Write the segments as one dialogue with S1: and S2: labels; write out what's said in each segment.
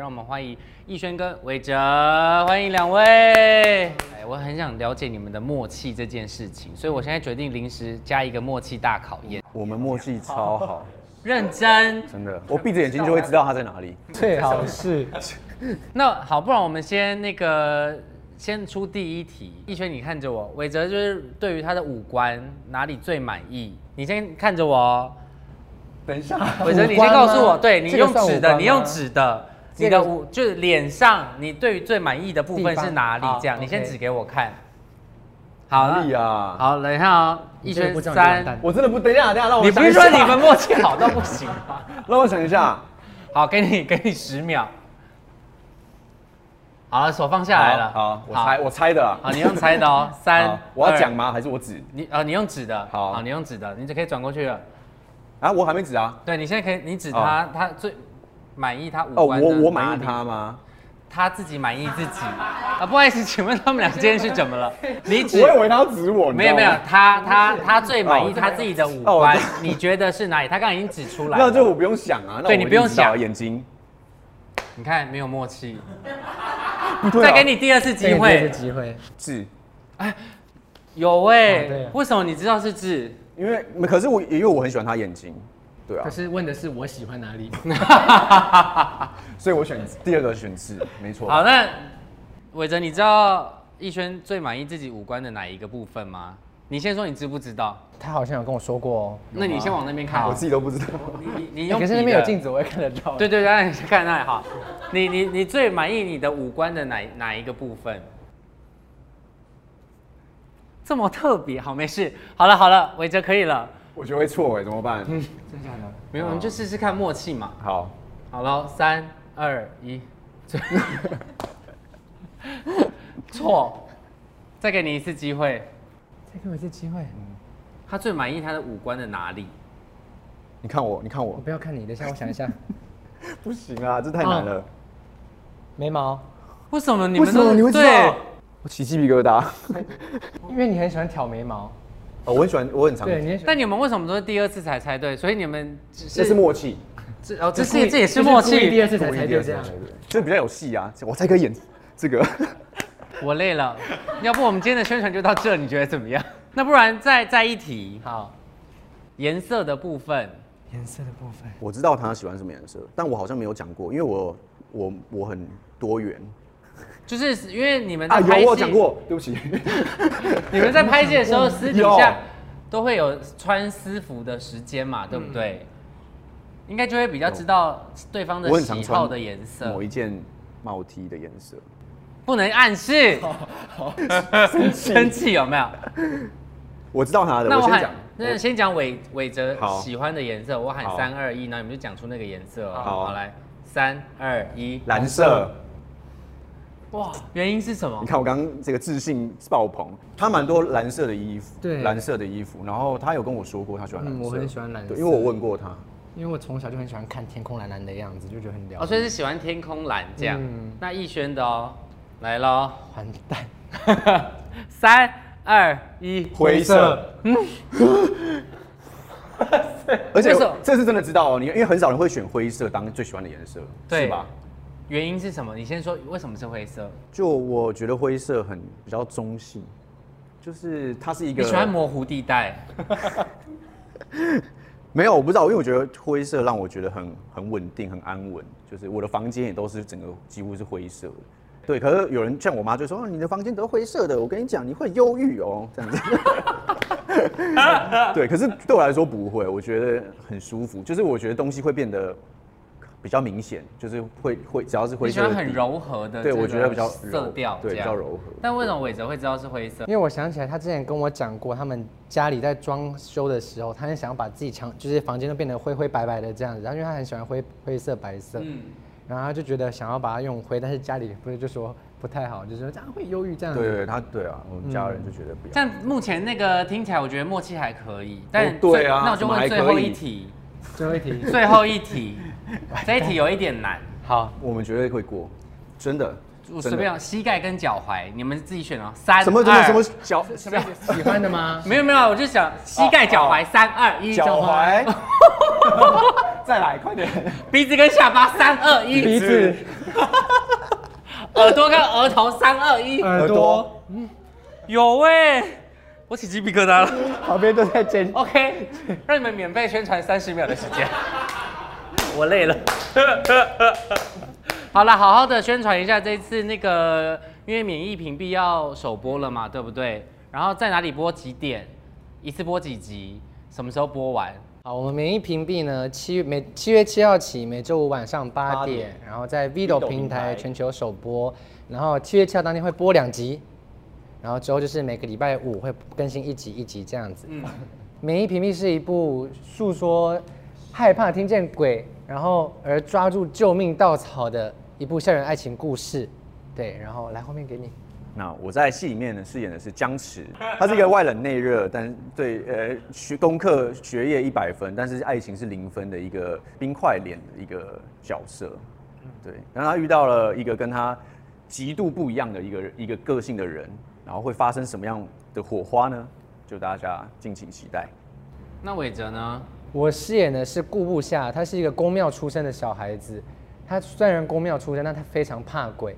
S1: 让我们欢迎逸轩跟韦哲，欢迎两位。哎，我很想了解你们的默契这件事情，所以我现在决定临时加一个默契大考验。
S2: 我们默契超好，
S1: 认真。
S2: 真的，我闭着眼睛就会知道他在哪里。
S3: 最好是
S1: 那好，不然我们先那个先出第一题。逸轩，你看着我，韦哲就是对于他的五官哪里最满意？你先看着我哦。
S3: 等一下，
S1: 伟哲，你先告诉我，对你
S3: 这个
S1: 用
S3: 算
S1: 纸
S3: 五官
S1: 的，
S3: 吗
S1: 你用纸的，
S3: 这
S1: 你
S3: 个
S1: 的五就是脸上，你对于最满意的部分
S3: 地方
S1: 是哪里？
S3: 好
S1: 这样，你先
S3: OK
S1: 指给我看。好
S2: 哪
S1: 了
S2: 里，啊？
S1: 好，等一下哦，一
S3: 这个
S1: 圈
S3: 不叫你完
S1: 三
S3: 蛋，
S2: 我真的不，等一下，等一下，让我
S1: 你不
S2: 想一
S1: 是说
S2: 下
S1: 你们默契好到不行？
S2: 让我想一下，
S1: 好，给你给你十秒。好了，手放下来了。
S2: 好，好我猜，我猜的啦。
S1: 好，你用猜的 哦，三
S2: 好，我要
S1: 二
S2: 讲吗？还是我指？
S1: 你呃，你用指的，
S2: 好
S1: 你用指的，你就可以转过去了。
S2: 啊，我还没指啊。
S1: 对，你现在可以，你指他，他最满意他五
S2: 哦，
S1: 官的
S2: 我我满
S1: 嗯哪
S2: 意
S1: 里
S2: 他吗？
S1: 他自己满意自己啊。不好意思，请问他们俩今天是怎么 了？你
S2: 我
S1: 指
S2: 以为他要指我，你
S1: 没
S2: 知道
S1: 有没有
S2: 吗，
S1: 他他他最满意
S2: 哦
S1: 他自己的五
S2: 哦我
S1: 官
S2: 知，
S1: 你觉得是哪里？他刚刚已经指出来了，
S2: 那就我不用想啊。那
S1: 对你
S2: 我一定
S1: 不用
S2: 知道
S1: 想
S2: 眼睛。
S1: 你看没有默契，
S2: 不对啊
S1: 再给你第二次机
S3: 是
S1: 会。
S3: 机会，
S2: 指，
S1: 有哎、
S3: 哦对啊
S1: 为什么你知道是字？
S2: 因为可是我因为我很喜欢他眼睛，对啊
S3: 可，是问的是我喜欢哪里。
S2: 所以我选第二个选字，没错。
S1: 好，那伟哲，你知道逸轩最满意自己五官的哪一个部分吗？你先说你知不知道？
S3: 他好像有跟我说过哦，哎
S1: 那你先往那边看
S2: 我
S1: 好，哎
S2: 自己都不知道。
S1: 你你你用
S3: 可是
S1: 笔
S3: 那边有
S1: 的
S3: 镜子，我也看得到。
S1: 对对对，那你先看那里哈。你你你最满意你的五官的哪哪一个部分？这么特别，好没事。好了好了，伟哲可以了，哦
S2: 我觉得会错哎，怎么办？
S1: 嗯
S3: 真的假的？
S1: 没有，我们就试试看默契嘛。
S2: 好，
S1: 好了，三二一， 最错，再给你一次机会。
S3: 再给我一次机会，
S1: 他最满意他的五官的哪里？
S2: 你看我，你看
S3: 我
S2: 我，
S3: 不要看你的，先我想一 下，
S2: 不行啊，这太难了。
S3: 眉毛，
S1: 为什么哦你
S2: 为
S1: 们
S2: 什么
S1: 都
S2: 你会知
S1: 对
S2: 道？？我起鸡皮疙瘩。
S3: 因为你很喜欢挑眉毛，
S2: 哦，我很喜欢，我很常。
S3: 对，你很喜欢。
S1: 但你们为什么都是第二次才猜对？所以你们只
S2: 这是默契，
S1: 这哦，这
S3: 就故
S1: 是
S3: 意
S1: 这也是
S3: 就
S1: 默
S3: 故意
S1: 契。
S3: 第二次才才就这样。
S2: 这比较有戏啊，我才可以演这个。
S1: 我累了，要不我们今天的宣传就到这，你觉得怎么样？ 那不然再再一题，
S3: 好，
S1: 颜色的部分，
S3: 颜色的部分，
S2: 我知道他喜欢什么颜色，但我好像没有讲过，因为我我我很多元
S1: 就是因为你们在
S2: 啊，有
S1: 拍
S2: 我有
S1: 戏，
S2: 讲过，对不起。
S1: 你们在拍戏的时候，私底
S2: 有
S1: 下都会有穿私服的时间嘛，对不对？应该就会比较知道对方的
S2: 我很常
S1: 喜
S2: 穿
S1: 好的颜色
S2: 某，一件帽 T 的颜色，
S1: 不能暗示。生气有没有？
S2: 我知道他的，
S1: 那
S2: 我
S1: 我
S2: 先
S1: 喊
S2: 讲，。
S1: 那先讲伟伟哲
S2: 好
S1: 喜欢的颜色，我喊
S2: 好
S1: 三二一，然后你们就讲出那个颜色哦。
S2: 好
S1: 好来，三二一，
S2: 蓝色，
S1: 哇，原因是什么
S2: 你？看我刚刚这个自信爆棚，他蛮多蓝色的衣服，
S3: 对
S2: 蓝色的衣服，然后他有跟我说过他喜欢蓝色，
S3: 嗯我很喜欢蓝色
S2: 对因为我问过他，
S3: 因为我从小就很喜欢看天空蓝蓝的样子，就觉得很疗
S1: 哦，所以是喜欢天空蓝这样。
S3: 嗯
S1: 那逸轩的哦，来喽，
S3: 完蛋，
S1: 三二一，
S2: 灰色， 而且
S1: 为什么
S2: 这是真的知道哦，你因为很少人会选灰色当最喜欢的颜色，
S1: 对
S2: 是吧？
S1: 原因是什么？你先说为什么是灰色？
S2: 就我觉得灰色很比较中性，就是它是一个
S1: 你喜欢模糊地带，
S2: 没有我不知道，因为我觉得灰色让我觉得很很稳定、很安稳，就是我的房间也都是整个几乎是灰色的。对，可是有人像我妈就说、哦：“你的房间都是灰色的，我跟你讲，你会忧郁哦。”这样子。对，可是对我来说不会，我觉得很舒服。就是我觉得东西会变得比较明显，就是会会只要是
S1: 你
S2: 灰
S1: 喜
S2: 色的
S1: 欢
S2: 地，
S1: 很柔和的这
S2: 对
S1: 个
S2: 我觉得比较柔
S1: 色调，
S2: 对
S1: 这
S2: 比
S1: 样
S2: 较柔和。
S1: 但为什么伟哲会知道是灰色？
S3: 因为我想起来，他之前跟我讲过，他们家里在装修的时候，他很想把自己墙就是房间都变得灰灰白白的这样子。然后因为他很喜欢灰灰色、白色，
S1: 嗯，
S3: 然后他就觉得想要把它用灰，但是家里不是就说不太好，就是说这样会忧郁这样子。
S2: 对对对，他对啊，我们家人就觉得不要。
S1: 像目前那个听起来，我觉得默契还可以。但
S2: 哦对啊
S1: 最那我就
S2: 怎么
S1: 问
S2: 还
S1: 最后
S2: 可以
S1: 一题，
S3: 最后一题，
S1: 最后一 题，这一题有一点难。
S3: 好，
S2: 我们绝对会过，真的。
S1: 我
S2: 真
S1: 随
S2: 的
S1: 便哦，膝盖跟脚踝，你们自己选哦。三
S2: 什么什
S1: 二
S2: 么什么脚
S3: 什么喜欢的吗？
S1: 没有没有，啊我就想膝盖、脚踝，三二一，
S2: 哦脚，踝，再来快点，
S1: 鼻子跟下巴，三二一，
S3: 鼻子，
S1: 耳朵跟额头，三二一，
S3: 耳
S2: 耳朵
S3: 朵
S1: 有哎、我起鸡皮疙瘩了。
S3: 旁边都在尖
S1: OK，让你们免费宣传三十秒的时间，我累了。 好了，好好的宣传一下这次那个，因为免疫屏蔽要首播了嘛，对不对？然后在哪里播几点，一次播几集，什么时候播完？
S3: 好，我们免疫屏蔽呢，七每七月七号起，每周五晚上八
S2: 八
S3: 点，
S2: 点
S3: 然后在 Vido
S2: 平
S3: 平台
S2: 台
S3: 全球首播，然后七月七号当天会播两集，然后之后就是每个礼拜五会更新一集一集这样子。
S1: 嗯，
S3: 免疫屏蔽是一部诉说害怕听见鬼，然后而抓住救命稻草的一部校园爱情故事。对，然后来后面给你。
S2: 那我在戏里面呢饰演的是僵持，他是一个外冷内热，但是对呃学功课学业一百分，但是爱情是零分的一个冰块脸的一个角色。
S1: 嗯
S2: 对，然后他遇到了一个跟他极度不一样的一个一个个性的人，然后会发生什么样的火花呢？就大家敬请期待。
S1: 那伟哲呢？
S3: 我饰演的是顾部下，他是一个宫庙出身的小孩子。他虽然宫庙出身，但他非常怕鬼，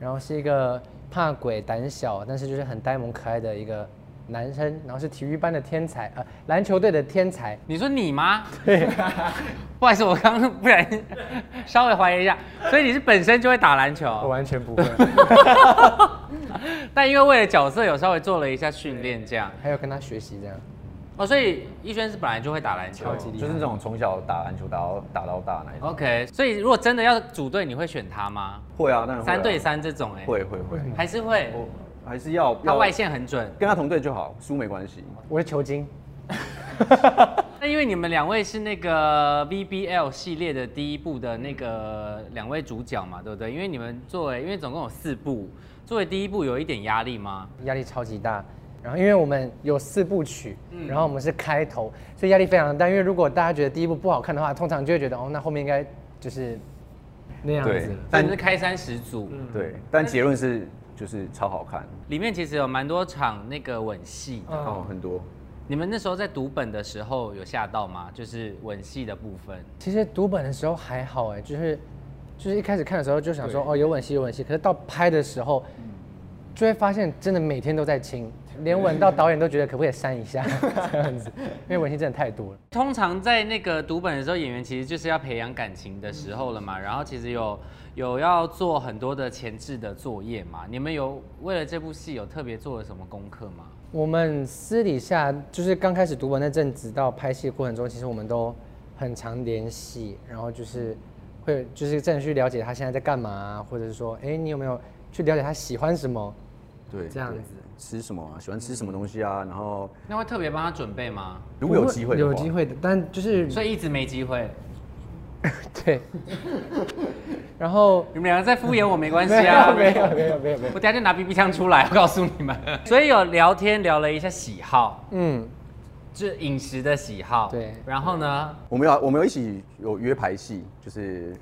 S3: 然后是一个怕鬼、胆小，但是就是很呆萌可爱的一个男生。然后是体育班的天才，呃，篮球队的天才。
S1: 你说你吗？对， 不好意思，我刚刚不然 稍微怀疑一下，所以你是本身就会打篮
S3: 我
S1: 球，
S3: 完全不会，
S1: 但因为为了角色有稍微做了一下训练，这样
S3: 还有跟他学习这样。
S1: 哦，所以一轩是本来就会打篮球
S3: 超。级厉害
S2: 就是那种从小打篮球打到打到大那一种。
S1: OK，所以如果真的要组队，你会选他吗？
S2: 会啊，当然会啊
S1: 三对三这种、哎，
S2: 会会会，
S1: 还是会，
S2: 我还是要
S1: 他
S2: 要
S1: 外线很准。
S2: 跟他同队就好，输没关系。
S3: 我是球精，
S1: 那因为你们两位是那个 VBL 系列的第一部的那个两位主角嘛，对不对？因为你们作为，因为总共有四部，作为第一部有一点压力吗？
S3: 压力超级大。然后因为我们有四部曲，然后我们是开头，所以压力非常大。因为如果大家觉得第一部不好看的话，通常就会觉得哦，那后面应该就是那样
S2: 对
S3: 子。
S1: 但是开山始祖，
S3: 嗯
S2: 对，但结论是就是超好看，
S1: 里面其实有蛮多场那个吻戏的。
S3: 嗯
S2: 哦，很多。
S1: 你们那时候在读本的时候有吓到吗？就是吻戏的部分。
S3: 其实读本的时候还好哎，就是就是一开始看的时候就想说哦有吻戏有吻戏，可是到拍的时候，
S2: 嗯
S3: 就会发现真的每天都在亲，连吻到导演都觉得可不可以删 一下这样子，因为吻戏真的太多了。
S1: 通常在那个读本的时候，演员其实就是要培养感情的时候了
S3: 嗯
S1: 嘛。然后其实有有要做很多的前置的作业嘛。你们有为了这部戏有特别做了什么功课吗？
S3: 我们私底下就是刚开始读本那阵子到拍戏过程中，其实我们都很常联系，然后就是
S2: 嗯
S3: 会就是真的去了解他现在在干嘛、啊，或者是说哎你有没有去了解他喜欢什么，
S2: 对，
S3: 这样
S2: 对
S3: 子嗯
S2: 吃什么啊？喜欢吃什么东西啊？然后
S1: 那会特别帮他准备吗？
S2: 如果有机会的话，
S3: 有机会的，但就是
S1: 所以一直没机会。
S3: 对， 然后
S1: 你们两个在敷衍我没关系
S3: 没
S1: 啊
S3: 有， 没有没有没有没有，
S1: 我等下就拿 BB 枪出来，我告诉你们。 所以有聊天聊了一下喜好，
S3: 嗯，
S1: 就是饮食的喜好。
S3: 对
S1: 然后呢，
S2: 我们有我们有一起有约排戏，就是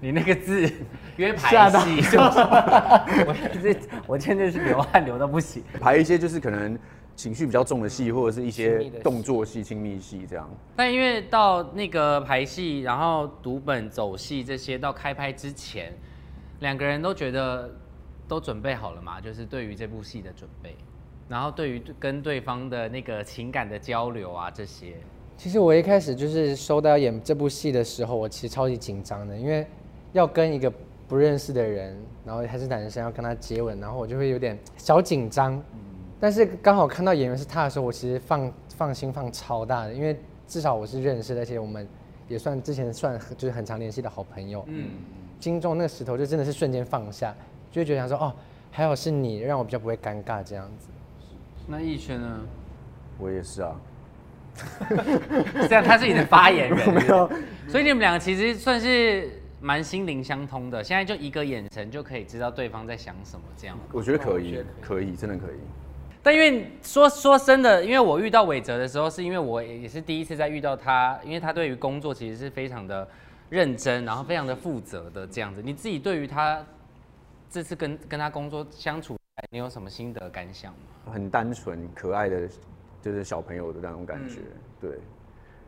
S1: 你那个字约排
S3: 吓到
S1: 戏是不是？我 这我真的是 流汗流到不行。
S2: 排一些就是可能情绪比较重的戏，或者是一
S3: 嗯亲
S2: 些
S3: 密的戏
S2: 动作戏、亲密戏这样。
S1: 但因为到那个排戏，然后读本、走戏这些，到开拍之前，两个人都觉得都准备好了嘛，就是对于这部戏的准备，然后对于跟对方的那个情感的交流啊这些，
S3: 其实我一开始就是收到演这部戏的时候，我其实超级紧张的，因为要跟一个不认识的人，然后还是男生要跟他接吻，然后我就会有点小紧张。但是刚好看到演员是他的时候，我其实放放心放超大的，因为至少我是认识的，而且我们也算之前算就是很常联系的好朋友。嗯，金钟那个石头就真的是瞬间放下，就会觉得想说哦，还好是你，让我比较不会尴尬这样子。
S1: 那逸轩呢？
S2: 我也是啊，
S1: 这样他是你的发言人，
S2: 没有
S1: 所以你们两个其实算是蛮心灵相通的，现在就一个眼神就可以知道对方在想什么这样。
S2: 我觉得可
S3: 哦
S2: 以，可以，真的可以。
S1: 但因为说说真的，因为我遇到伟哲的时候，是因为我也是第一次在遇到他，因为他对于工作其实是非常的认真，然后非常的负责的这样子。你自己对于他这次跟跟他工作相处，你有什么心得感想吗？
S2: 很单纯可爱的，就是小朋友的那种感觉，对。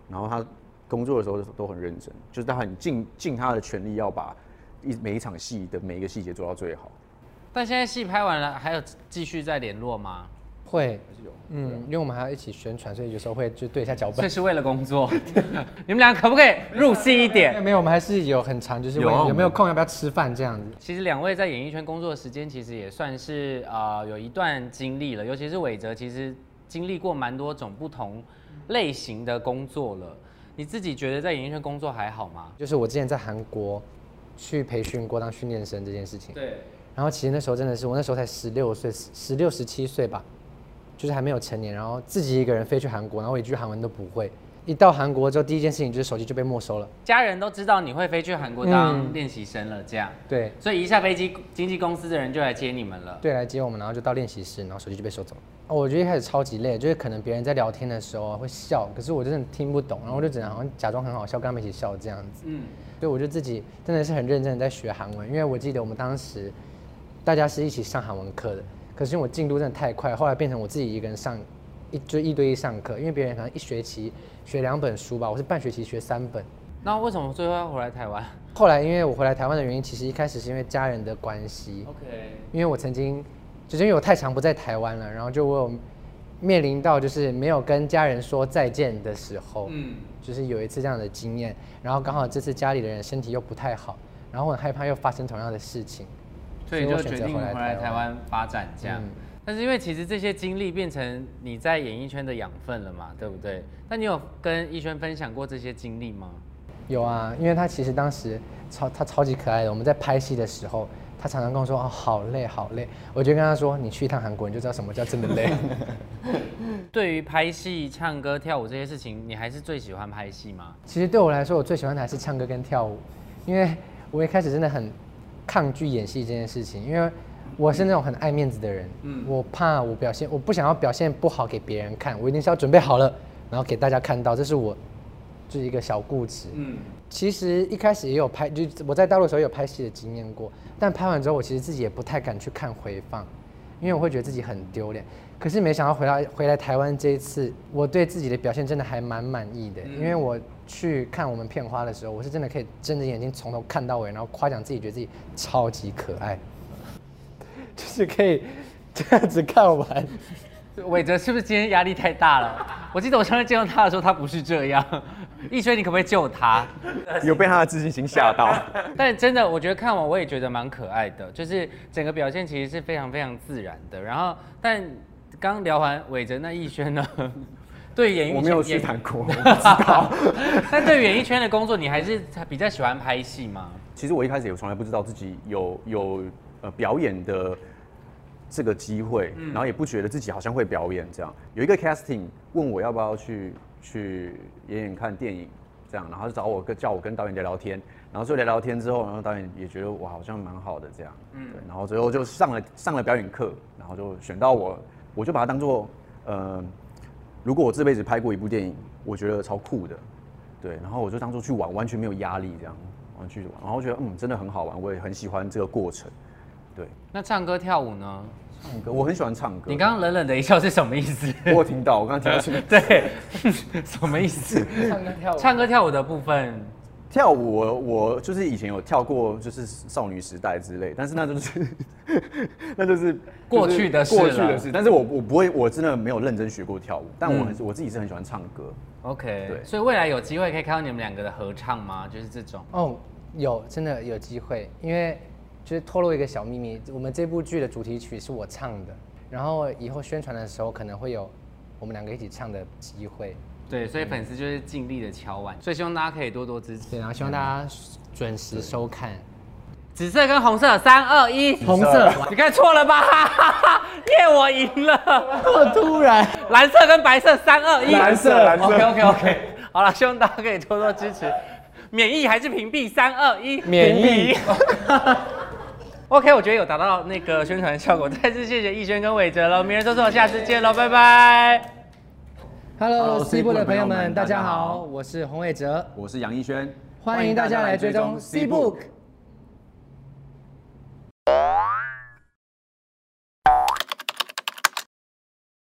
S2: 然后他工作的时候都很认真，就是他很尽尽他的全力要把一每一场戏的每一个细节做到最好。
S1: 但现在戏拍完了，还有继续再联络 吗？
S3: 会，
S2: 还是有
S3: 嗯，因为我们还要一起宣传，所以有时候会就对一下脚
S1: 这
S3: 本。
S1: 是为了工作， 你们俩可不可以入戏一点？
S3: 没有，我们还是有很长，就是
S2: 有啊
S3: 问
S2: 我
S3: 有没有
S2: 们
S3: 空，要不要吃饭这样子。
S1: 其实两位在演艺圈工作的时间，其实也算是呃有一段经历了，尤其是伟哲，其实经历过蛮多种不同类型的工作了。你自己觉得在演艺圈工作还好吗？
S3: 就是我之前在韩国去培训过当训练生这件事情，
S1: 对，
S3: 然后其实那时候真的是我那时候才十六岁，十六十七岁吧，就是还没有成年，然后自己一个人飞去韩国，然后我一句韩文都不会。一到韩国之后，第一件事情就是手机就被没收了。
S1: 家人都知道你会飞去韩国当练习生了，这样，
S3: 对，
S1: 所以一下飞机，经纪公司的人就来接你们了。
S3: 对，来接我们，然后就到练习室，然后手机就被收走了。哦，我觉得一开始超级累，就是可能别人在聊天的时候啊会笑，可是我真的听不懂，然后我就只能好像假装很好笑，跟他们一起笑这样子。
S1: 嗯，
S3: 所以我就自己真的是很认真的在学韩文，因为我记得我们当时大家是一起上韩文课的，可是因为我进度真的太快，后来变成我自己一个人上一就一对一上课，因为别人可能一学期学两本书吧，我是半学期学三本。
S1: 那为什么最后要回来台湾
S3: 后来因为我回来台湾的原因，其实一开始是因为家人的关系，
S1: ？OK，
S3: 因为我曾经就是因为我太长不在台湾了，然后就我有面临到就是没有跟家人说再见的时候，
S1: 嗯，
S3: 就是有一次这样的经验，然后刚好这次家里的人身体又不太好，然后我很害怕又发生同样的事情，
S1: 所以
S3: 所以
S1: 就
S3: 我选
S1: 决
S3: 择
S1: 定
S3: 回来
S1: 回来
S3: 台
S1: 台
S3: 湾
S1: 湾发展这样。
S3: 嗯
S1: 但是因为其实这些经历变成你在演艺圈的养分了嘛，对不对？那你有跟逸轩分享过这些经历吗？
S3: 有啊，因为他其实当时超他超级可爱的，我们在拍戏的时候，他常常跟我说哦好累好累，我就跟他说你去一趟韩国你就知道什么叫真的累。
S1: 对于拍戏、唱歌、跳舞这些事情，你还是最喜欢拍戏吗？
S3: 其实对我来说，我最喜欢的还是唱歌跟跳舞，因为我一开始真的很抗拒演戏这件事情，因为我是那种很爱面子的人，我怕我表现，我不想要表现不好给别人看，我一定是要准备好了，然后给大家看到，这是我就是一个小固执。
S1: 嗯，
S3: 其实一开始也有拍，就我在大陆的时候有拍戏的经验过，但拍完之后，我其实自己也不太敢去看回放，因为我会觉得自己很丢脸。可是没想到回来回来台湾这一次，我对自己的表现真的还蛮满意的，因为我去看我们片花的时候，我是真的可以睁着眼睛从头看到尾，然后夸奖自己，觉得自己超级可爱，就是可以这样子看 完。
S1: 伟哲是不是今天压力太大了？我记得我上次见到他的时候，他不是这样。逸轩，你可不可以救他？
S2: 有被他的自信心吓 到。
S1: 但真的，我觉得看完我也觉得蛮可爱的，就是整个表现其实是非常非常自然的。然后，但刚聊完伟哲那逸轩呢，对于演艺圈
S2: 我没有去
S1: 也
S2: 韩 国。
S1: 但对于演艺圈的工作，你还是比较喜欢拍戏吗？
S2: 其实我一开始也从来不知道自己有有呃表演的这个机会，然后也不觉得自己好像会表演这样。有一个 casting 问我要不要去去演演看电影这样，然后就找我跟叫我跟导演聊聊天，然后就聊聊天之后，然后导演也觉得我好像蛮好的这样，对，然后最后就上了上了表演课，然后就选到我，我就把它当做呃，如果我这辈子拍过一部电影，我觉得超酷的，对，然后我就当做去玩，完全没有压力这样，完全去玩，然后觉得嗯真的很好玩，我也很喜欢这个过程。对，
S1: 那唱歌跳舞呢？
S2: 唱歌我很喜欢唱歌。
S1: 你刚刚冷冷的一笑是什么意思？
S2: 我有听到，我刚刚听到什么
S1: 对， 什么意思？
S3: 唱歌跳舞
S1: 唱歌跳舞的部分，
S2: 跳舞我，我就是以前有跳过，就是少女时代之类，但是那就是 那就是
S1: 过去的事
S2: 过去
S1: 了
S2: 的事。但是我我不会，我真的没有认真学过跳舞，但
S1: 嗯
S2: 我很、我自己是很喜欢唱歌。
S1: OK，
S2: 对
S1: 所以未来有机会可以看到你们两个的合唱吗？就是这种。
S3: 哦，有真的有机会，因为就是透露一个小秘密，我们这部剧的主题曲是我唱的，然后以后宣传的时候可能会有我们两个一起唱的机会，
S1: 对，所以粉丝就是尽力的敲碗，所以希望大家可以多多支持。
S3: 对，然后希望大家嗯准时收看。
S1: 紫色跟红色，三二一，
S3: 红色，
S1: 你看错了吧？ 哈哈哈，耶，我赢了。
S3: 这么哦突 然，
S1: 蓝色跟白色，三二一，
S2: 蓝色蓝色
S1: OK OK OK，好了，希望大家可以多多支持。免疫还是屏蔽？三二一，
S3: 免疫。
S1: OK，我觉得有达到那个宣传效果，再次谢谢逸轩跟伟哲喽，明日周周，下次见喽，拜拜。
S3: Hello
S2: Hello，
S3: C 部的朋友们，大
S2: 大
S3: 家
S2: 家好
S3: 好，我是洪伟哲，
S2: 我是杨逸轩，
S3: 欢迎大家来追踪 C Book。